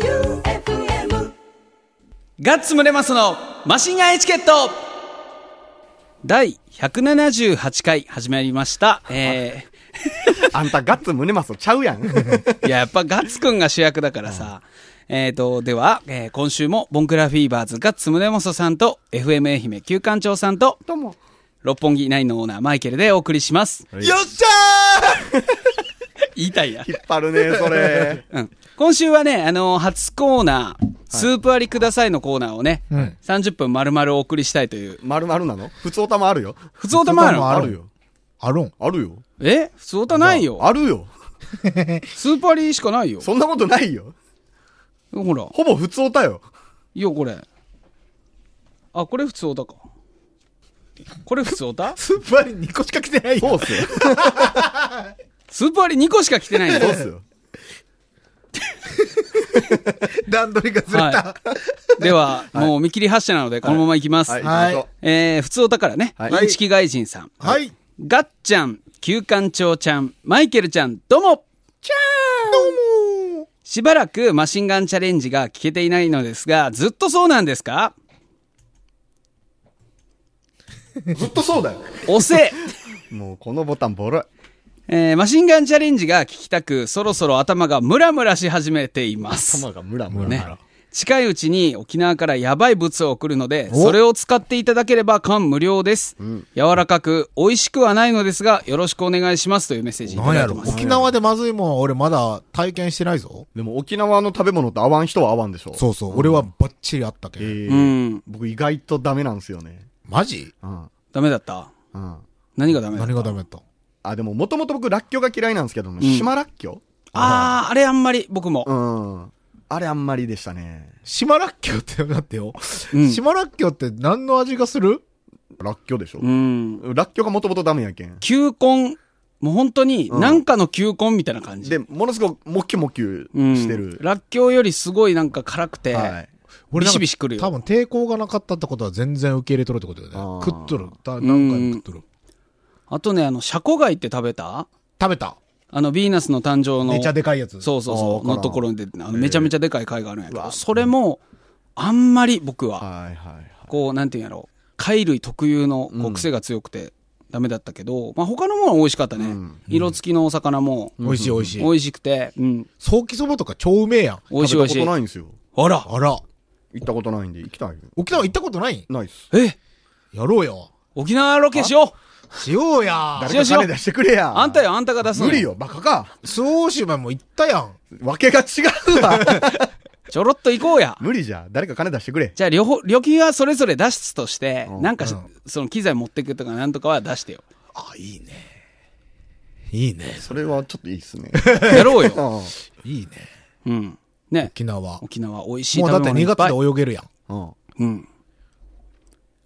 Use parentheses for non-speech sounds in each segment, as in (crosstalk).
J-O-E-U-F-M ガッツムネマソのマシンガンエチケット第178回始まりました。えあんたガッツ胸マスちゃう (laughs) やん。ー、いや、やっぱガッツくんが主役だからさ。えーと、では、えー今週もボンクラフィーバーズガッツムネマソさんと FM 愛媛旧館長さんとどうも。六本木ナインのオーナーマイケルでお送りします。よっしゃ言いたいやー。引っ張るね、そ (laughs) れ。うん。今週はね、あのー初コーナー、スープありくださいのコーナーをね、30分丸々お送りしたいという。まるまるなの普通おたまあるよ。普通歌もあるあのるるよ。あるん。あるよ。え普通歌ないよ。あるよ。スープありしかないよ。そんなことないよ。ほら。ほぼ普通おたよ。いや、これ。あ、これ普通オタか。これ普通オタスーパーに2個しか来てないそうっすよ。スーパーリ2個しか来てないんだそうっすよ。 (laughs) 段取りがずれた。はい。では、もう見切り発車なので、このままいきます。はい。は行いきましょえー、普通オタからね、はいインチキ外人さん。はい。ガッちゃん、旧館長ちゃん、マイケルちゃん、どうもちゃーどうもしばらくマシンガンチャレンジが聞けていないのですが、ずっとそうなんですかうずっとそうだよ。おせ (laughs) もうこのボタンボロい。えー、マシンガンチャレンジが聞きたく、そろそろ頭がムラムラし始めています。頭がムラムラ。ね。近いうちに沖縄からやばい物を送るので、おそれを使っていただければ感無量です。柔らかく、美味しくはないのですが、よろしくお願いしますというメッセージいたなんだやいてろます。沖縄でまずいもんは俺まだ体験してないぞ。でも沖縄の食べ物と合わん人は合わんでしょ。そうそう。俺はバッチリあったけえど。うーん。僕意外とダメなんですよね。マジうん。ダメだったうん。何がダメだっ何たがダメだったあ、でももともと僕、らっきょうが嫌いなんですけどね。島らっきょあー、あれあんまり、僕もう。うん。あれあんまりでしたね。島らっきょうって、だってよ。うん島らっきょうって何の味がするらっきょうでしょう。ん。らっきょうがもともとダメやけん。球根、もう本当に、なんかの球根みたいな感じ。で、ものすごくもきもきゅうん、してる。らっきょうよりすごいなんか辛くて、はい。俺なビんかシビシ来るよ多分抵抗がなかったってことは全然受け入れとるってことだあよーね。食っとる。た何回も食っとる。あとね、あの、シャコ貝って食べた食べた。あの、ヴィーナスの誕生の。めちゃでかいやつ。そうそうあーわそかう。らんのところで、あのめちゃめちゃでかい貝があるんやけうど、わそれも、あんまり僕は、はいはいこう、なんていうんやろう、貝類特有のこう癖が強くて、ダメだったけど、まあ他のものは美味しかったね。色付きのお魚も、美味しい美味し美い。味しくて、うん。早期そばとか超うめえやん。美味しい美はい。行っ味たしこいと。ないんですよ。あら、あら。行ったことないんで、行きたい。沖縄行ったことないないっす。えやろうよ。沖縄ロケしようしようや。誰か金出してくれや。あんた。よ、あんたが出すの。無理。よ、バカか。周防島も行ったやん。わけが違うわ。ちょろっと行こうや。無理じゃ。誰か金出してくれ。じゃあ、両方、料金はそれぞれ出すとして、なんかしうん、その機材持ってくとかなんとかは出してよ。あ、いいね。いいね。それはちょっといいっす (laughs) ね。やろうよ。うんいいね。うん。ね。沖縄。沖縄美味しいも食うべだっ物てい2っぱい月で泳げるやん。うん。うん。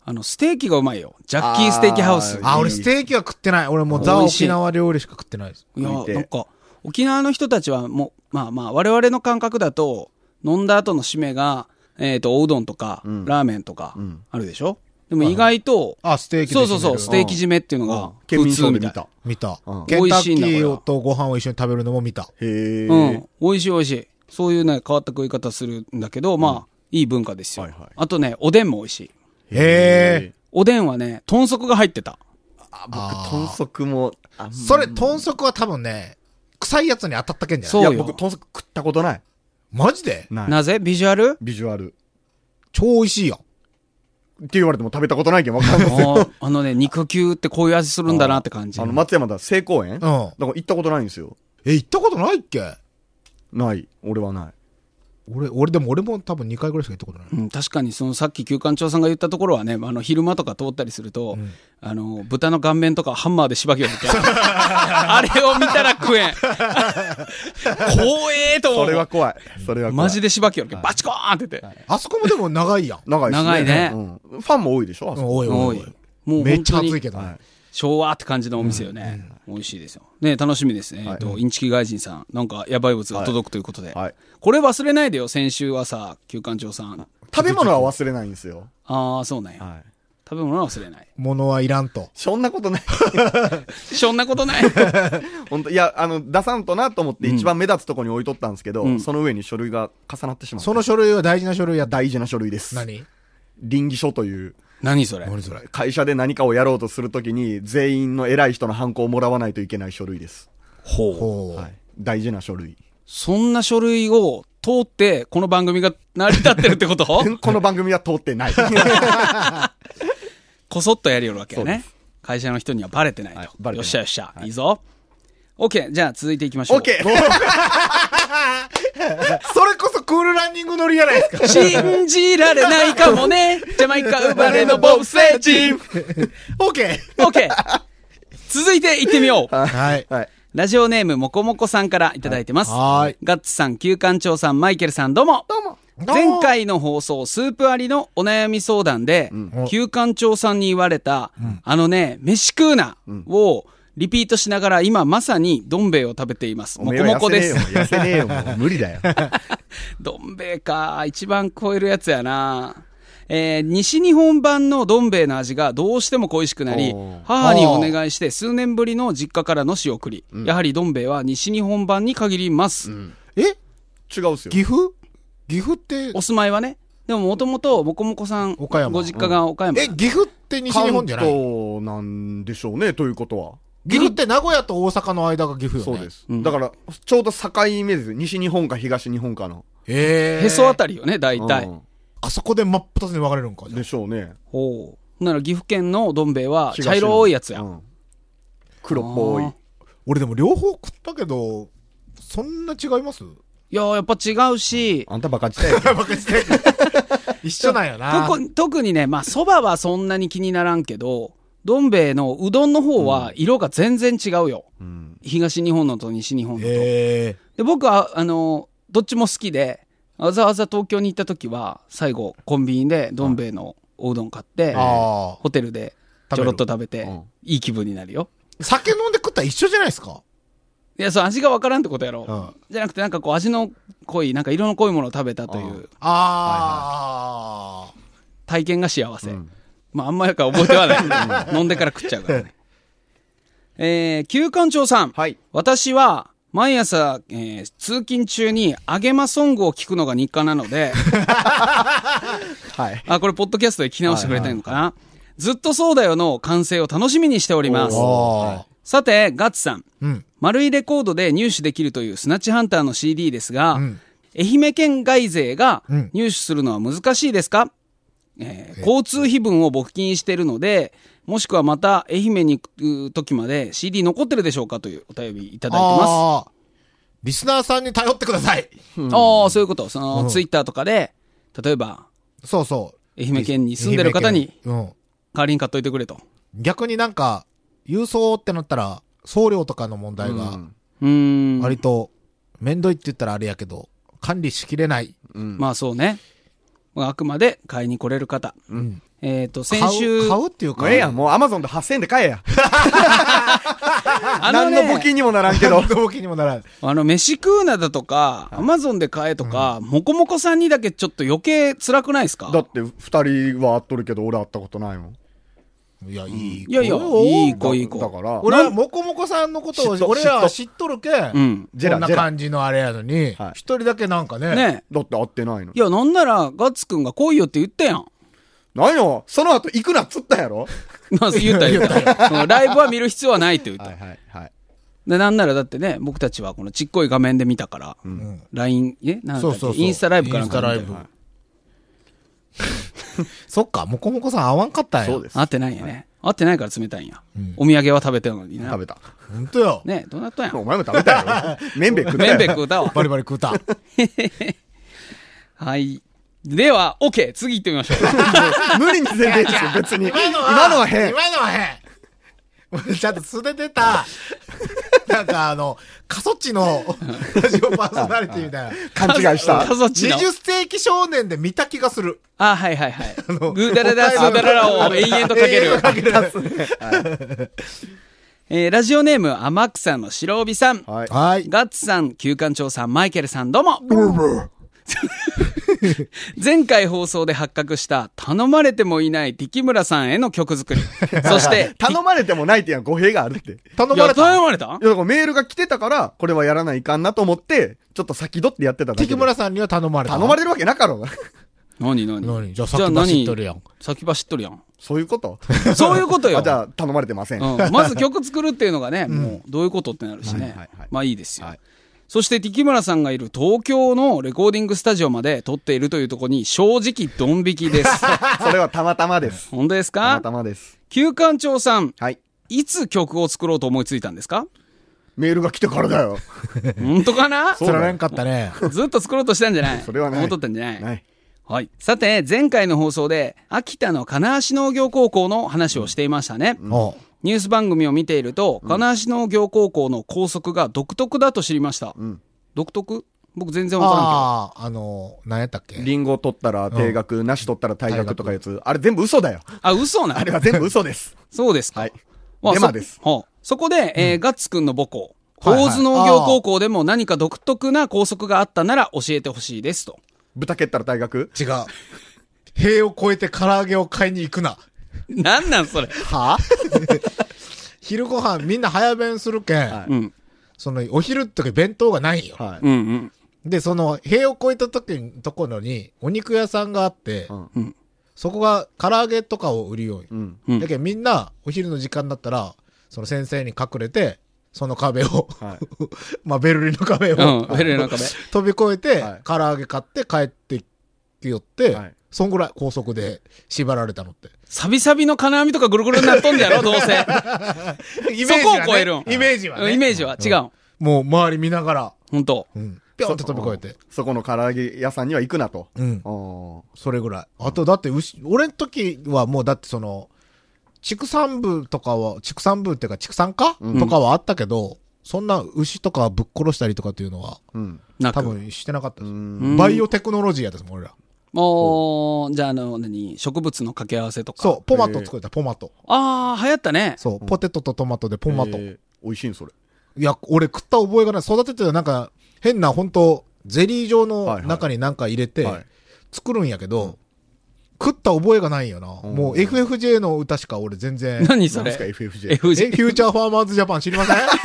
あの、ステーキがうまいよ。ジャッキーステーキハウス。ああ、いい俺ステーキは食ってない。俺もうザ美味しい沖縄料理しか食ってないです。いや、見てなんか、沖縄の人たちはもう、まあまあ、我々の感覚だと、飲んだ後の締めが、えっ、と、おうどんとか、んラーメンとかん、あるでしょ、でも意外と、あ、ステーキでそうそうそう、ス締テめるーキ締めっていうのが、県普民通層でみた見い。た。見たうん。ケンタ美味しいんッキだこれはーとご飯を一緒に食べるのも見た。へえ。うん。美味しい美味しい。そういうね、変わった食い方するんだけど、まあ、いい文化ですよ、はいはいあとね、おでんも美味しい。へえ。おでんはね、豚足が入ってた。あ僕、豚足も、あんまそれ、豚足は多分ね、臭いやつに当たったけんじゃないそういよや、僕、豚足食ったことない。マジでない。なぜビジュアルビジュアル。超美味しいやん。って言われても食べたことないけんわかんない。 (laughs) あーあのね、肉球ってこういう味するんだなって感じ。あの、松山だ、成公園うんだから行ったことないんですよ。え、行ったことないっけない。俺はない。俺、俺でも俺も多分2回ぐらいしか行ったことない。うん、確かにそのさっき旧館長さんが言ったところはね、あの昼間とか通ったりすると、あの豚の顔面とかハンマーでしばきを振って、 (laughs) あれを見たら食えん。怖えと思う。それは怖い。それは怖い。マジでしばきよるけど、バチコーンって言って。あそこもでも長いやん。長いですね。長いねうん。ファンも多いでしょあうそんこおいおおいいおい。もうめっ本ち当ゃ暑いにけどね。昭和って感じのお店よね。美味しいですよ。ね楽しみですね。えっと、インチキ外人さん、なんかやばい物が届くということで。はい。これ忘れないでよ、先週はさ、旧館長さん。食べ物は忘れないんですよ。ああ、そうなんや。は食食べ物は忘れない。物はいらんと。そんなことない。 (laughs) そんなことない。本当いや、あの、出さんとなと思って一番目立つとこに置いとったんですけど、うんその上に書類が重なってしまって。その書類は大事な書類やった。大事な書類です。何倫理書という、何それ何それ。会社で何かをやろうとするときに、全員の偉い人のハンコをもらわないといけない書類です。ほう。ほう。はい。大事な書類。 (laughs) そんな書類を通って、この番組が成り立ってるってこと (laughs) この番組は通っ (laughs) てない。こそっとやりよるわけやそうねで。会社の人にはバレてないと。はいバレてよっないしゃよっしゃ。い、いぞ。OK。じゃあ続いていきましょオう。ッケーそれこそクールランニング乗りやないですか。信じられないかも (laughs) ね。ジャマイカ生まれのボブスレーチーム。オッケ OK。続いていってみよう。ー。はい。はい。ラジオネームもこもこさんからいただいてます。はいはーいガッツさん、旧館長さん、マイケルさん、どうも。どうも。前回の放送、スープありのお悩み相談で、旧館長さんに言われた、あのね、飯食うなをリピートしながら、今まさにどん兵衛を食べています。お (laughs) もめこえもはこ痩せねでえよ。す。 (laughs) 痩せねえよ、 (laughs) もう無理だよ。どん兵衛か。一番超えるやつやな。えー西日本版のどん兵衛の味がどうしても恋しくなりおー、母にお願いして数年ぶりの実家からの仕送り。やはりどん兵衛は西日本版に限ります。え違うっすよ。岐阜岐阜ってお、住まいはね。でももともと、もこもこさん、岡山ご実家が岡山。え、岐阜って西日本じゃない関東なんでしょうね、ということは。岐阜って名古屋と大阪の間が岐阜よそね。うで。す。うんだから、ちょうど境目です。西日本か東日本かの。ええ。へそあた。たりよね、大体。うんあそこで真っ二つに分かれるんか。じゃあでしょうね。ほう。ほんなら岐阜県のどん兵衛は茶色いやつや。東のうん黒っぽいあー。俺でも両方食ったけど、そんな違いますいやーやっぱ違うし、あんたバカちたよ。 (laughs) 一緒なんよな。特に特にね、まあ蕎麦はそんなに気にならんけど、どん兵衛のうどんの方は色が全然違うよ。うん東日本のと西日本のと。ええ。で僕はあのどっちも好きでわざわざ東京に行った時は最後コンビニでどん兵衛のおうどん買ってあーホテルでちょろっと食べてうんいい気分になるよ酒飲んで食ったら一緒じゃないですか。いやそう味がわからんってことやろ、うんじゃなくてなんかこう味の濃いなんか色の濃いものを食べたというああ。体験が幸せ、うんまああんまりか覚えてはない飲んでから食っちゃうからねえー、旧館長さん、はい。私は、毎朝、えー通勤中に、あげまソングを聞くのが日課なので、はい。あ、これ、ポッドキャストで聞き直してくれてるのかな、ずっとそうだよの完成を楽しみにしております。ああ。さて、ガッツさん。うん。丸いレコードで入手できるというスナッチハンターの CD ですが、うん愛媛県外勢がうん入手するのは難しいですか、えー交通費分を募金しているので、もしくはまた愛媛に行く時まで CD 残ってるでしょうかというお便りいただいてます。ああ。リスナーさんに頼ってください。ああ、そういうこと。その、うんツイッターとかで、例えば、そうそう。愛媛県に住んでる方に愛媛県。う代ん。わりに買っといてくれと。逆になんか、郵送ってなったら、送料とかの問題うが、んうーん。割と、面倒いって言ったらあれやけど、管理しきれない。うんまあそうね。まああくまで買いに来れる方。うんえっ、と、買先う週、買うっていうもか。うええやん、もうアマゾンで8000円で買えや。あのね、何の募金にもならんけけどど、。動きにもな (laughs) らない。あの、飯食うなだとか、アマゾンで買えとか、もこもこさんにだけちょっと余計辛くないですかだって、二人は会っとるけど、俺会ったことないもん。いや、いい。いやいや、いい子いい子。だから、俺は、もこもこさんのこと嫉妬を、俺ら嫉は妬知っとるけ、うん。ジェこラんな感じのあれやのに、一、はい人だけなんかね、ねだって会ってないのい。や、なんなら、ガッツくんが来いよって言ったやん。 (laughs) ないのその後行くなっつったやろまあ、言った言った。そのライブは見る必要はないって言った。いはいはい。で、なんならだってね、僕たちはこのちっこい画面で見たから、LINE、えなんだそっうけそうそう。インスタライブかなんかでインスタライブ。 (laughs) そっか、もこもこさん合わんかったんや。そうです。会ってないんやね。会ってないから冷たいんや。お土産は食べてるのにね。食べた。ほんとよ。ねどうなったんやお前も食べたや (laughs) ろ。麺べ食ったメやンろベ食うたわ。バリバリ食うた。はい。では、OK! 次行ってみましょう。無理にせんでいいですよ、別に。今のは変。今のは変。俺ちゃんと素で (laughs) 出た、なんかあの、過疎地のラジオパーソナリティみたいな。勘違い家した。族地の。 20世紀少年で見た気がする。あ、はいはいはい。グのーダラダスーダララを延々 (laughs) とかける。えーラジオネーム、天草の白帯さん。はい。はい。ガッツさん、旧館長さん、マイケルさん、どうも。前回放送で発覚した頼まれてもいない敵村さんへの曲 (laughs) 作り。そして、 (laughs) 頼まれてもないってやん、語弊があるって。い頼いまやれ頼たまれたや、だからメールが来てたから、これはやらないかんなと思って、ちょっと先取ってやってただけで敵村さんには頼まれ (laughs) た。頼まれるわけなかろうが。何何何じゃあ先走っとるやん。先走っとるやん。そういうこと (laughs) そういうことよ。あじゃあ、頼まれてません。うん、まず曲作るっていうのがね、もうどういうことってなるしね、はいはいはいまあいいですよ、はいそして敵村さんがいる東京のレコーディングスタジオまで撮っているというところに正直ドン引き (laughs) です (laughs) それはたまた (laughs) まです。本当ですたまかたまです。旧館長さんはい。いつ曲を作ろうと思いついたんです (laughs) かメールが来てからだよ。本当かなそうだよ釣られんかったね。ずっと作ろうとしたんじゃないそれはない思っとったんじゃないない。はい。さて、前回の放送で、秋田の金足農業高校の話をしていましたね。おうニュース番組を見ていると、金足農業高校の校則が独特だと知りました。ん独特僕全然わからんけど。ああ、あの、何やったっけリンゴ取ったら定額、なし取ったら退学とかいうやつ。あれ全部嘘 (laughs) だよ。あ、嘘なあれは全部嘘です。そうですか。はいまあデマです。そはあそこで、えーガッツくんの母校、はいはい大津農業高校でも何か独特な校則があったなら教えてほしいですと。豚蹴ったら退学違う。塀を越えて唐揚げを買いに行くな。なんなんそれ。は (laughs) 昼ご飯みんな早弁するけん、はうん。そのお昼って時弁当がないんよ。はうんうん。で、その塀を越えた時のところにお肉屋さんがあって、うんうんそこが唐揚げとかを売りようよい。うん。うんだけどみんなお昼の時間になったら、その先生に隠れて、その壁を、 (laughs) はまあベルリンの壁を、うんベルリンの壁飛び越えて、はい唐揚げ買って帰ってきよって、はいそんぐらい高速で縛られたのって。サビサビの金網とかぐるぐるになっとんじゃろ、どうせ。(laughs) イそメージこをはね超えるん。イメージはね。イメージは違う。もう周り見ながら、本当。うん。ぴょんって飛び越えて。そこの唐揚げ屋さんには行くなと。うん。おそれぐらい。あと、だってうし、俺の時はもう、だってその、畜産部とかは、畜産部っていうか、畜産科、うんとかはあったけど、そんな牛とかぶっ殺したりとかっていうのは、ーうん。なく多分してなかったうです。ん。んバイオテクノロジーやですもん、俺ら。もう、じゃあ、あの、何植物の掛け合わせとか。そう、ポマト作った、ポマト。ああ、流行ったね。そう、ポテトとトマトでポマト。えー美味しいんそれ。いや、俺食った覚えがない。育ててたなんか、変な、本当ゼリー状の中になんか入れてはいはい、作るんやけど、食った覚えがないよな。うんもう FFJ の歌しか俺全然。何そ何ですかれ FFJ。え、 ?FG。フューチャーファーマーズジャパン知りませんやばい、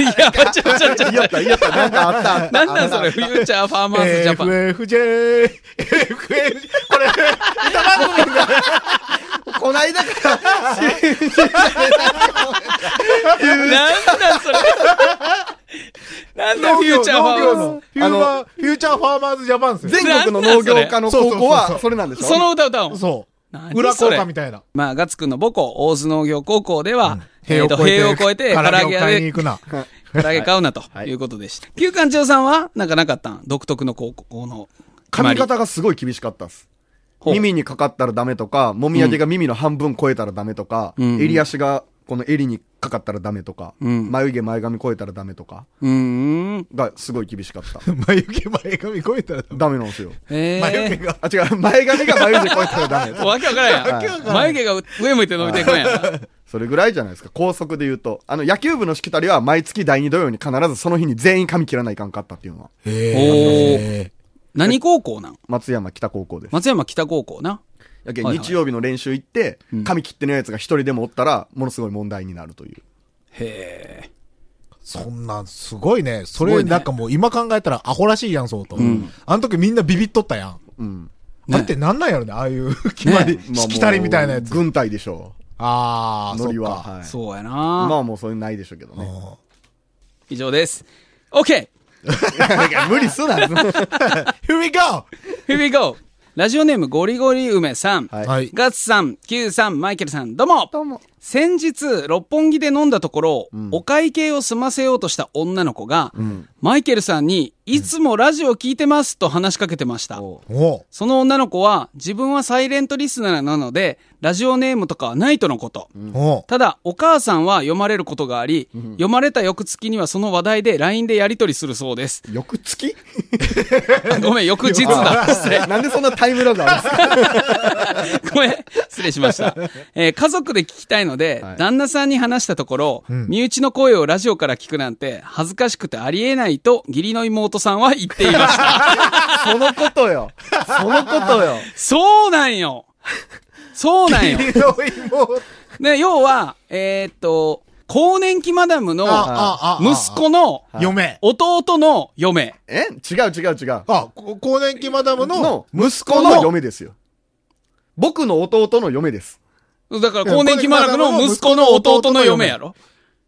ちょ、ちょ、ちょ。いやった、いやった、なんかあったあった。なんなんそれフューチャーファーマーズジャパン。 FFJ、FFJ、これ、 (laughs) こないだから、なんなんそれなんだフューチャーファ農業ーマーの、フューマーフューチャーファーマーズジャパンですよ。全国の農業家の高校なんなんそれは、それなんでしズょその歌歌おう。そう。何裏そ効れ果みたいな。まあ、ガッツくんの母校、大津農業高校では、えっと、塀塀を越えて、唐揚げ屋買いでに行、くな。 (laughs) 唐揚げ買うなとはいいうことでした。旧館長さんは、なんかなかったん独特の高校の決ま髪り。型がすごい厳しかったっす。ほう耳にかかったらダメとか、もみあげが耳の半分超えたらダメとか、うん襟足がこの襟にかかったらダメとか、うん眉毛前髪超えたらダメとか、うーん。がすごい厳しかった。眉毛前髪越えたらダメダメなんですよ。え眉毛え。が。あ、違う、前髪が眉毛超えたらダメ。 (laughs) わけわからんやん。眉毛が上向いて伸びていくんや (laughs) ん。それぐらいじゃないですか。高速で言うと。あの、野球部のしきたりは毎月第2土曜に必ずその日に全員髪切らないかんかったっていうのは。へ何高校なん松山北高校です。松山北高校な。やけんはいはい日曜日の練習行ってうん、髪切ってないやつが一人でもおったら、ものすごい問題になるという。へえ。そんなん、すごいね。そすごれ、いねなんかもう今考えたらアホらしいやん、そうと。んあの時みんなビビっとったやん。うん。ねあれってなんなんやろね、ああいう決まり、まあし (laughs) きたりみたいなやもつう。軍隊でしょあう。あ、ノそっリは。か。はい。そうや今なはもうそういうのないでしょうけどね。以上です。OK! いや無理 (laughs) すな。 Here we go! Here we go! ラジオネームゴリゴリ梅さん。はいはい。ガッツさん、Q さん、マイケルさん、どうもどうも先日、六本木で飲んだところ、お会計を済ませようとした女の子が、マイケルさんに、いつもラジオ聞いてますと話しかけてました。おうその女の子は、自分はサイレントリスナーなので、ラジオネームとかはないとのこと。おうただ、お母さんは読まれることがあり、読まれた翌月にはその話題で LINE でやり取りするそう (laughs) です。翌月あごめん、翌日 (laughs) だ。失礼。なんでそんなタイムラグあるんですかごめん、失礼しました。えー家族で聞きたいので、はい旦那さんに話したところ、身内の声をラジ (laughs) オから聞くなんて恥ずかしくてありえないと、義理の妹さんは言っていました。そのことよ。そのことよ。そうなんよ。そうなんよ。黄色いもん (laughs) ね、要は、えーっと、更年期マダムのああああ息子の嫁。弟の嫁。 (laughs) え違う違う違う。 (laughs) あ、こ更年期マダムのの、息子の嫁ですよ。僕の弟の嫁です。だから更年期マダムの息子の弟の嫁やろ。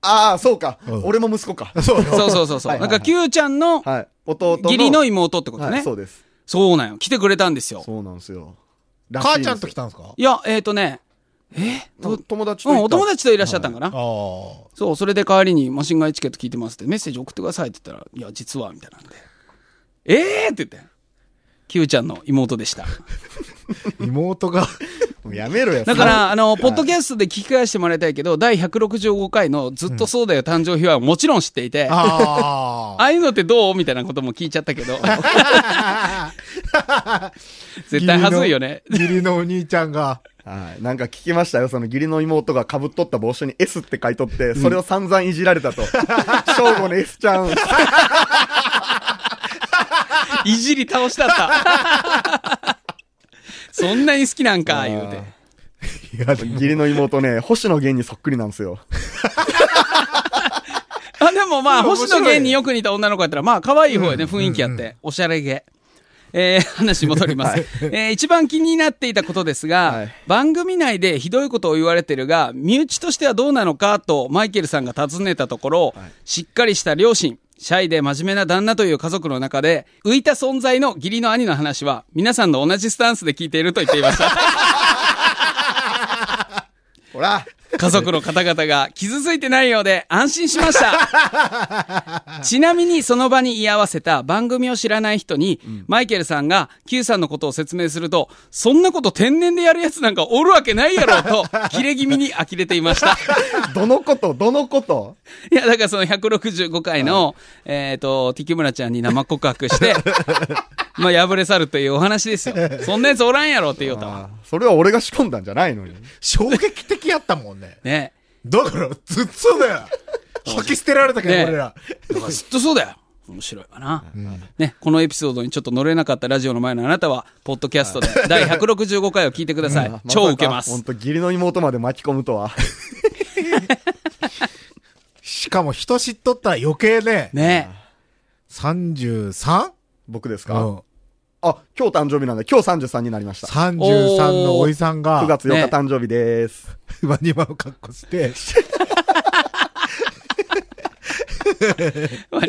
ああ、そうか、うん俺も息子か。そうよ。そう (laughs) そうそうそう。はいなはんかい Q ちゃんのはい。弟の。義理の妹ってことはねい、。そうです。そうなんよ。来てくれたんですよ。そうなんですよ。母ちゃんと来た。たんですかいや、えーっとね、えと友達とう行っん、たお友達といらっしゃったんかな。ああ。そう、それで代わりにマシンガンエチケット聞いてますってメッセージ送ってくださいって言ったら、いや、実は、みたいなんで。ええー、って言って。Q ちゃんの妹でした。妹が。もうやめろや。だから、あの、ポッドキャストで聞き返してもらいたいけど、第165回のずっとそうだよ誕生日はもちろん知っていて、あああ。あいうのってどうみたいなことも聞いちゃったけど。絶対はずいよね。義理のお兄ちゃんが。はい。なんか聞きましたよ。その義理の妹が被っとった帽子に S って書いとって、それを散々いじられた (laughs) と。正午の S ちゃん。いじり倒したった。そんなに好きなんか、言うて。いや、でも義理の妹ね、星野源にそっくりなんですよ。あ、でもまあ、面白星い野源によく似た女の子やったら、まあ、可愛い方やね、雰囲気あって。おしゃれげ。えー、 (laughs) 話戻ります。えー、一番気になっていたことですが、はい番組内でひどいことを言われてるが、身内としてはどうなのかと、マイケルさんが尋ねたところ、しっかりした両親、シャイで真面目な旦那という家族の中で、浮いた存在の義理の兄の話は、皆さんの同じスタンスで聞いていると言っていました。ほら家族の方々が傷ついてないようで安心しました。ちなみにその場に居合わせた番組を知らない人に、マイケルさんが Q さんのことを説明すると、そんなこと天然でやるやつなんかおるわけないやろと、キレ気味に呆れていました。どのことどのこといや、だからその165回の、えっ、と、ティキムラちゃんに生告白して、まあ破れ去るというお話ですよ。そんなやつおらんやろって言うたわ。あーそれは俺が仕込んだんじゃないのに。衝撃的やったもんね。ね。だから、ずっとだよ。吐き捨てられたけど、ね俺ら。だからずっとそうだよ。面白いわな、ね。このエピソードにちょっと乗れなかったラジオの前のあなたは、ポッドキャストで第165回を聞いてください。超ウケ (laughs) ま本す。当義理の妹まで巻き込むとは。しかも人知っとったら余計ね、ね。 33? 僕ですうか、ん。あ、今日誕生日なんで、今日33になりました。 33のおいさ9んが、月4ね日誕生日です。ワニマの格好して、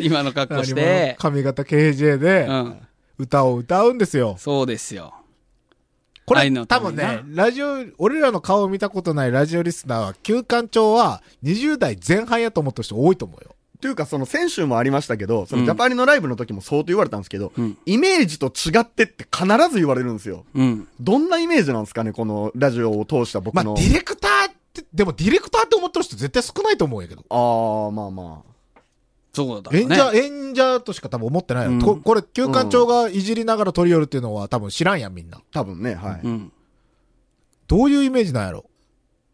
今の格好しワニマのて。髪型 KJ うで、ん。歌を歌うんですよ。そうですよ。こ愛れ、の多ため分になね、ラジオ、俺らの顔を見たことないラジオリスナーは、休館長は20代前半やと思った人多いと思うよ。というか、その先週もありましたけど、そうのんジャパニのライブの時も相当言われたんですけど、うんイメージと違ってって必ず言われるんですよ。うん。どんなイメージなんですかね、このラジオを通した僕まあ、デの。ィレクターって、でもディレクターって思ってる人絶対少ないと思うんやけど。あー、まあまそうだ演者、ね。演者としか多分思ってないよ。うんここれ、休館長がいじりながら取り寄るっていうのは多分知らんやん、みんなあ。、多分ね、はい。うん。どういうイメージなんやろ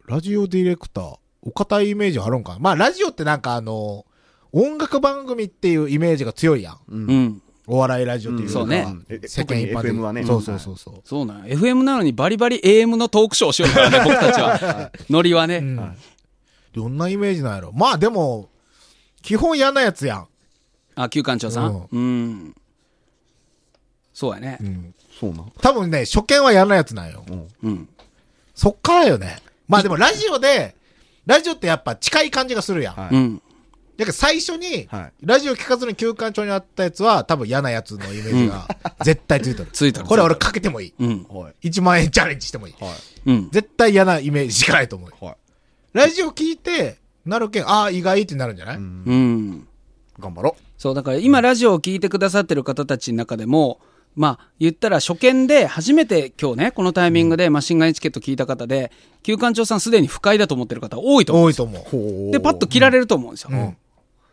ラジオディレクター、お堅いイメージあるんかなまあ、ラジオってなんかあの、音楽番組っていうイメージが強いやん。うん。お笑いラジオっていうか、うんそうねえ世間一般特的に FM はねそうそうそうそう。そうなんよ FM なのにバリバリ AM のトークショーをしようからね、 (laughs) 僕たちは。ノリはね。うんどんなイメージなんやろまあでも、基本嫌なやつやん。あ、旧館長さん。うん。そうやね。そうなん。多分ね、初見は嫌なやつなんよ。うん。そっからよね。まあでもラジオで、ラジオってやっぱ近い感じがするやん。はうん。だから最初に、はいラジオ聞かずに休館長にあったやつは、多分嫌なやつのイメージが (laughs) 絶対ついてる。ついてるこれ俺かけてもいい。うん。はい。 1万円チャレンジしてもいい。はい。うん。絶対嫌なイメージしかないと思う。はい。ラジオ聞いて、なるけん、ああ、意外ってなるんじゃない、うん。頑張ろそう、だから今ラジオを聞いてくださってる方たちの中でも、まあ、言ったら初見で初めて今日ね、このタイミングでマシンガンエチケット聞いた方で、旧館長さんすでに不快だと思ってる方多いと思う多んいですとよ。思う。う。で、パッと切られると思うんですよ。ん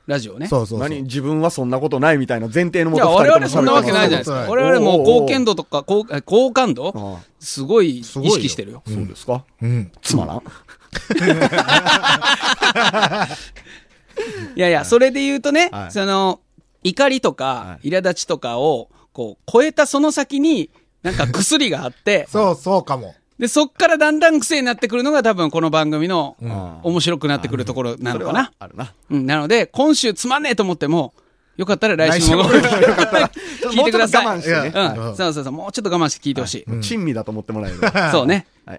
ラジオね。そうそうそう。何自分はそんなことないみたいな前提のいもとや、二人我とも々そんなわけないじゃないですそんか。なこ我とない々もうおーおー貢献度とか、好え好感度、あすごい意すごいよ識してるよ。あそうですか、うん。つまらん。いやいや、それで言うとね、はいその、怒りとかは、苛立ちとかを、こう、超えたその先に、なんか薬があって、そう、そうかも。で、そっからだんだん癖になってくるのが多分この番組の面白くなってくるところなのかな。あるな。うん、なので、今週つまんねえと思っても、よかったら来 (laughs) 週も来週も聞いてください。もうちょっと我慢してねう。うんんそうそうそう。もうちょっと我慢して聞いてほしい。珍味だと思ってもらえる。はそうね。い。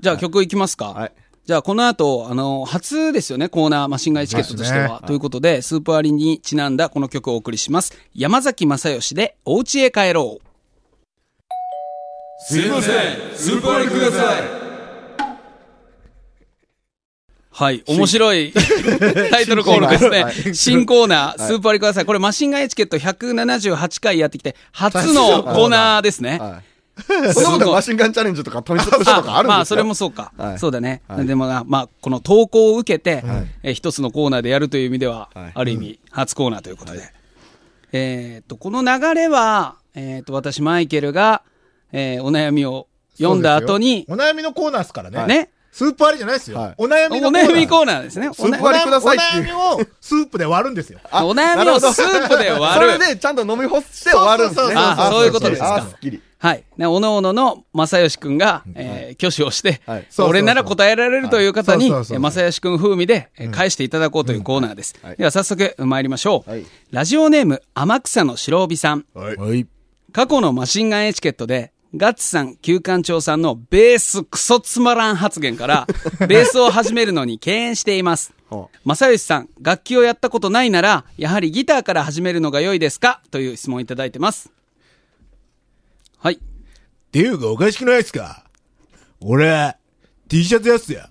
じゃあ曲いきますか。はいじゃあこの後、あの、初ですよね、コーナー、マシンガイチケットとしてですは。ねということで、スープ割りにちなんだこの曲をお送りします。山崎正義で、お家へ帰ろう。すいませんスーパー割りくださいはい、面白 (laughs) いタイトルコールですね。はい新コーナー、スーパーリください。これ、マシンガンエチケット178回やってきて、初のコーナーですね。はすい。ごそいんなことはマシンガンチャレンジとか、トミストとかあるんですよまあ、それもそうか。はいそうだね。はいでもな、まあ、この投稿を受けて、えー一つのコーナーでやるという意味では、はいある意味、初コーナーということで。えーっと、この流れは、えーっと、私、マイケルが、えーお悩みを読んだ後にそ、うですよお悩みのコーナーですからね。ね。スープ割りじゃないですよ。はいお悩おみのコーナー。悩みコーナーですね。ーナースープ割りくださいっていうお悩みをスープで割るんですよ。お悩みをスープでそ割るれ。でちゃんと飲み干して終わるんですね。そうそうそうそうあそういうことですかあーすっきり。はい。ね、おのおのの正義くんが、えー挙手をして、はいそうそうそう俺なら答えられるという方に、えはいそうそうそうー正義くん風味で、えー返していただこうというコーナーです。はいでは早速参りましょう。はいラジオネーム、天草の白帯さん。はい。過去のマシンガンエチケットで、ガッツさん、旧館長さんのベースクソつまらん発言から、 (laughs) ベースを始めるのに敬遠してい (laughs) ますほ。正義さん、楽器をやったことないなら、やはりギターから始めるのが良いですかという質問をいただいてます。はい。っていうかおかしくないですか俺、T シャツやっすよ。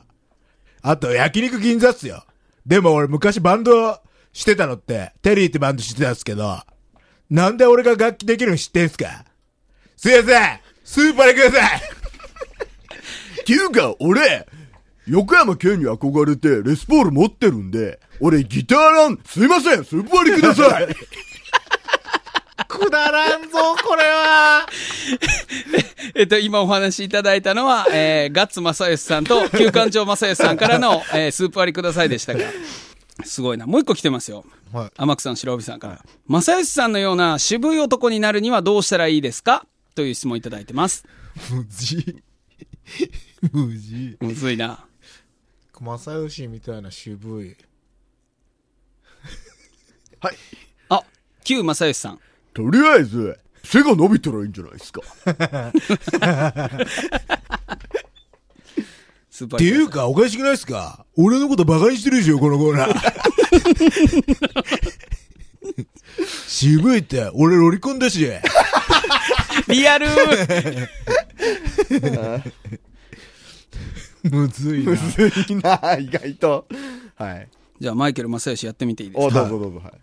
あと、焼肉銀座っすよ。でも俺昔バンドしてたのって、テリーってバンドしてたんすけど、なんで俺が楽器できるの知ってんすかすいませんスーパーでください (laughs) っていうか、俺、横山健に憧れてレスポール持ってるんで、俺ギターラン、すいません、スープ割りください (laughs) くだらんぞ、これはえっと、今お話しいただいたの (laughs) は、えー、ガッツ正義さんと、旧館長正義さんからの、えー、スープ割りくださいでしたが、すごいな。もう一個来てますよ。はい天草の白帯さんから。正義さんのような渋い男になるにはどうしたらいいですかという質問いただいてます。無事。無事。むずいな。正義みたいな渋い。あ、旧正義さん。とりあえず、背が伸びたらいいんじゃないですか。スープって割りくだいうさか、おかしくないっすか俺のことバカにしてるでしょ、このコーナー。渋いって、俺ロリコンだし。 (laughs) い。リアルむずいな。むずいな、意外と。はい。じゃあ、マイケル正義やってみていいですお、かどうぞどうぞ。はい。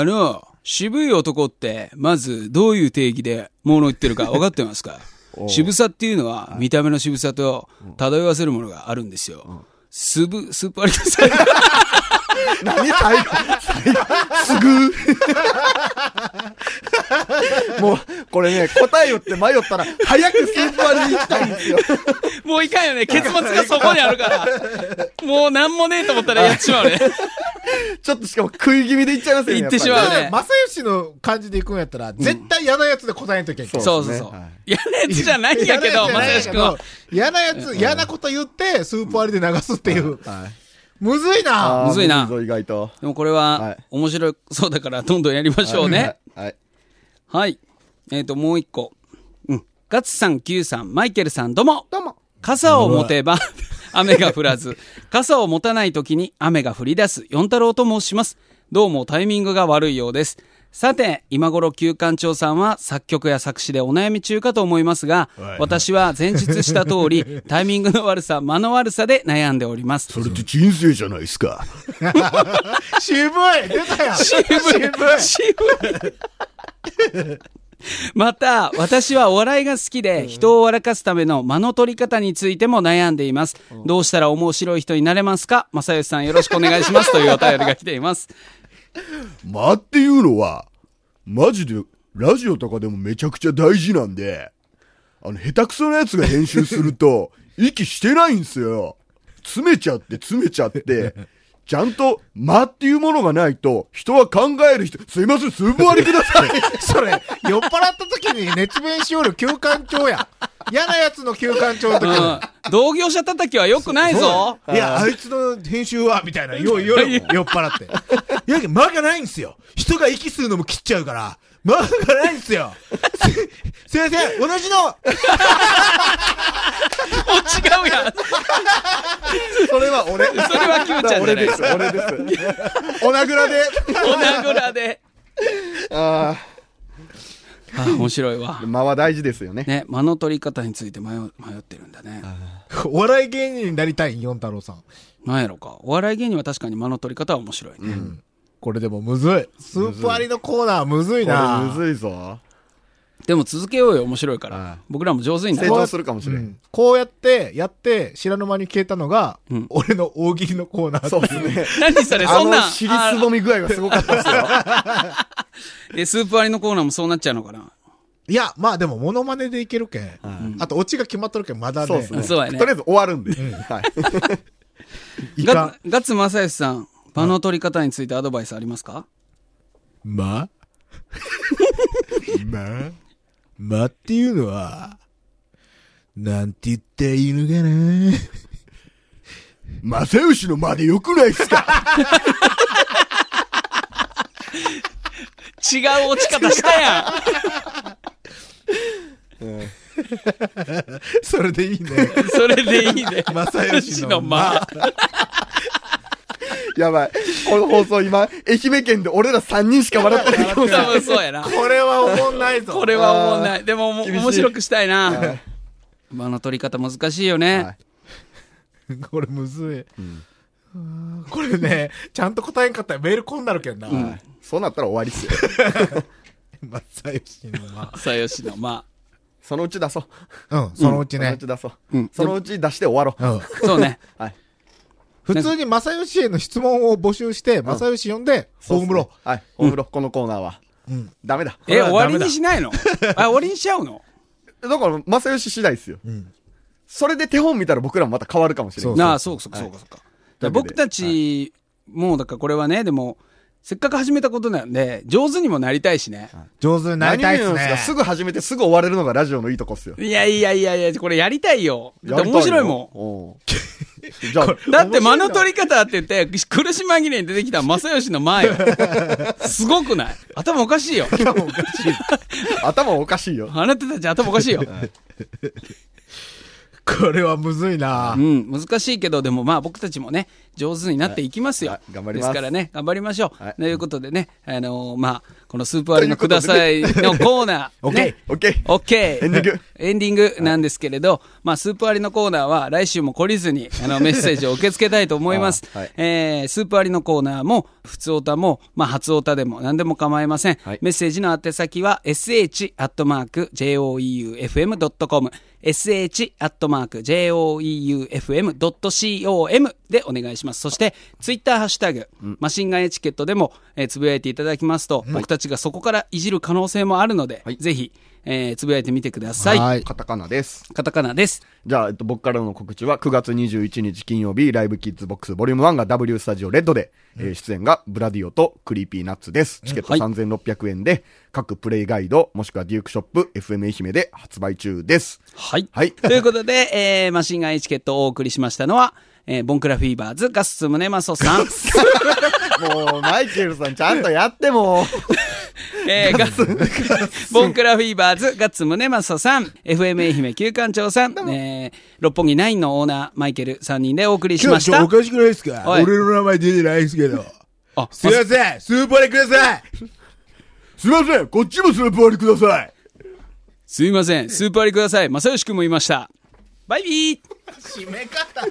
あの、渋い男って、まずどういう定義で物を言ってるか分かってますか渋さっていうのは、見た目の渋さと漂わせるものがあるんですよ。すぶ、スーパーリクさん。何最後、最後、す (laughs) ぐ。もう、これね、答えよって迷ったら、早くスーパーに行きたいんですよ。 (laughs) もういかんよね。結末がそこにあるから。もうなんもねえと思ったらやっちまうね。ちょっとしかも食い気味で行っちゃいますよね。行ってしまうやぱりね正義の感じでいくんやったら、絶対嫌なやつで答えんときゃいけない。そううそでうすねそうはい。嫌なやつじゃないんやけど、嫌な正やつ義じゃ君ないんやはけど。嫌なやつ、嫌なこと言って、スープ割りで流すっていう。むずいなあーむずいなむずいぞ、意外と。でもこれははい面白そうだから、どんどんやりましょうね。はい。はい。はい。えっ、と、もう一個。うん。ガッツさん、キューさん、マイケルさん、どうも。どうも。傘を持てば (laughs) 雨が降らず、傘を持たない時に雨が降り出す四太郎と申します。どうもタイミングが悪いようです。さて、今頃旧館長さんは作曲や作詞でお悩み中かと思いますが、私は前述した通り、タイミングの悪さ、間の悪さで悩んでおります。それって人生じゃないですか。渋い出たやん渋い渋い (laughs) また、私はお笑いが好きで、人を笑かすための間の取り方についても悩んでいます。どうしたら面白い人になれますか正義さんよろしくお願いします。というお便りが来ています。間っていうのは、マジで、ラジオとかでもめちゃくちゃ大事なんで、あの、下手くそなやつが編 (laughs) 集すると、息してないんすよ。詰めちゃって、詰めちゃって、ちゃんと間っていうものがないと、人は考える人、すいません、スープ割りくださ (laughs) い。それ、酔っ払った時に熱弁しよる休館長や。嫌なやつの休館長の時に。うん。同業者叩きは良くないぞ。いや、あいつの編集は、みたいな、よう言われるもん酔っ払って。いや、間がないんすよ。人が息吸うのも切っちゃうから、間がないんすよ。せ先生、同じのもう違うやん。それは俺。 (laughs) それは Q ちゃんじゃないです。俺で (laughs) す。おなぐらで。おなぐらで。ああー面白いわあ、。間は大事ですよね。ね、間の取り方について迷う迷ってるんだね。お笑い芸人になりたいん、四太郎さん。なんやろか。お笑い芸人は確かに間の取り方は面白いね。これでもむずい。スープ割りのコーナーむずいこな。れむずいぞ。でも続けようよ、面白いから。僕らも上手にな成る。長するかもしれ。うんんこうやって、やって、知らぬ間に消えたのが、うん俺の大喜利のコーナー。そうです (laughs) ね。何それ、あそんのなん。、尻すぼみ具合がすごかったですよ。あーえ、スープ割りのコーナーもそうなっちゃうのかな。いや、まあでも、モノマネでいけるけん。あと、オチが決まっとるけん、まだね。そうですね。そうやねとりあえず終わるんで。はい。 (laughs) いかんガガッツ正義さん、場の取り方についてアドバイスありますかま (laughs) ままっていうのは、なんて言っていいのかな正義の間でよくないっすか違う落ち方したやん。 (laughs) それでいいね。 (laughs) それでいいね。正 (laughs) 義の間正義やばい。この放送今、愛媛県で俺ら3人しか笑ってないかもしれの間。多ない。分そうやな。これは思んないぞ。これは思わない。でも、も厳しい面白くしたいな。間の取り方難しいよはねい。これむずい。うわーこれね、ちゃんと答えんかったらメールこんなるけんな。 (laughs) そうなったら終わりっすよ。正義の間。正義の間。そのうち出そう。うん、そのうちそのうねち。出そうう。んそのうち出して終わろう。うん。そうね。普通に正義への質問を募集して、正義呼んで、そうっす葬ねろう。。はい。葬ろう。このコーナーは。ダメだ。え、これは終ダメわだりにしないのあ、終わりにしちゃうのだから、正義次第ですよ。それで手本見たら僕らもまた変わるかもしれそなうい。なあ、そうかそうかそうかそうか。で僕たち、もうだからこれはね、でも、せっかく始めたことなんで、上手にもなりたいしね。上手になり何たいっ言すうんすねか。すぐ始めてすぐ終われるのがラジオのいいとこっすよ。いやいやいやいや、これやりたいよ。だって面白いもん。もん。じゃあ、 (laughs) だって間の取り方って言って、苦し紛れに出てきた正義の (laughs) 前よ。すごくない頭おかしいよ。 (laughs) 頭おかしいよ。あなたたち頭おかしいよ。これはむずいなう。ん、難しいけど、でもまあ僕たちもね、上手になっていきますよ。はい頑張りますですからね、頑張りましょう。はいということでね、あのーまあ、このスープ割りのくださいのコーナー、ね。 (laughs) オッケー。オッケー。エンディング。。(laughs) エンディングなんですけれど、まあ、スープ割りのコーナーは来週も懲りずに、あの、メッセージを受け付けたいと思います (laughs) あはいえースープ割りのコーナーも、普通歌も、まあ、初歌でも何でも構いません。はいメッセージの宛先は、sh.joeufm.com、sh.joeufm.com でお願いします。そして、ツイッターハッシュタグ、マシンガンエチケットでも、えーつぶやいていただきますと、僕たちがそこからいじる可能性もあるので、はいぜひ、えーつぶやいてみてください。はいカタカナです。カタカナです。じゃあ、えっと、僕からの告知は、9月21日金曜日、ライブキッズボックスボリューム1が W スタジオレッドで、えー出演がブラディオとクリーピーナッツです。チケットはい3600円で、各プレイガイド、もしくはデュークショップ、FM 愛媛で発売中です。はい。はい (laughs) ということで、えーマシンガンエチケットをお送りしましたのは、えーボンクラフィーバー (laughs) ズ、ガスツムネマソさん、 (laughs) もう、マイケルさんちゃんとやっても、えーガス、 (laughs) ボンクラフィーバーズ、ガッツムネマソさん、FM 愛媛旧館長さん、えー、六本木ナインのオーナー、マイケル3人でお送りしましちょた。おかしくないですかおい俺の名前出てないですけど。あ、すいません、スープ割りくださいすいません、こっちもスープ割りください。すいません。スーパーリください。正義くんもいました。バイビー締め方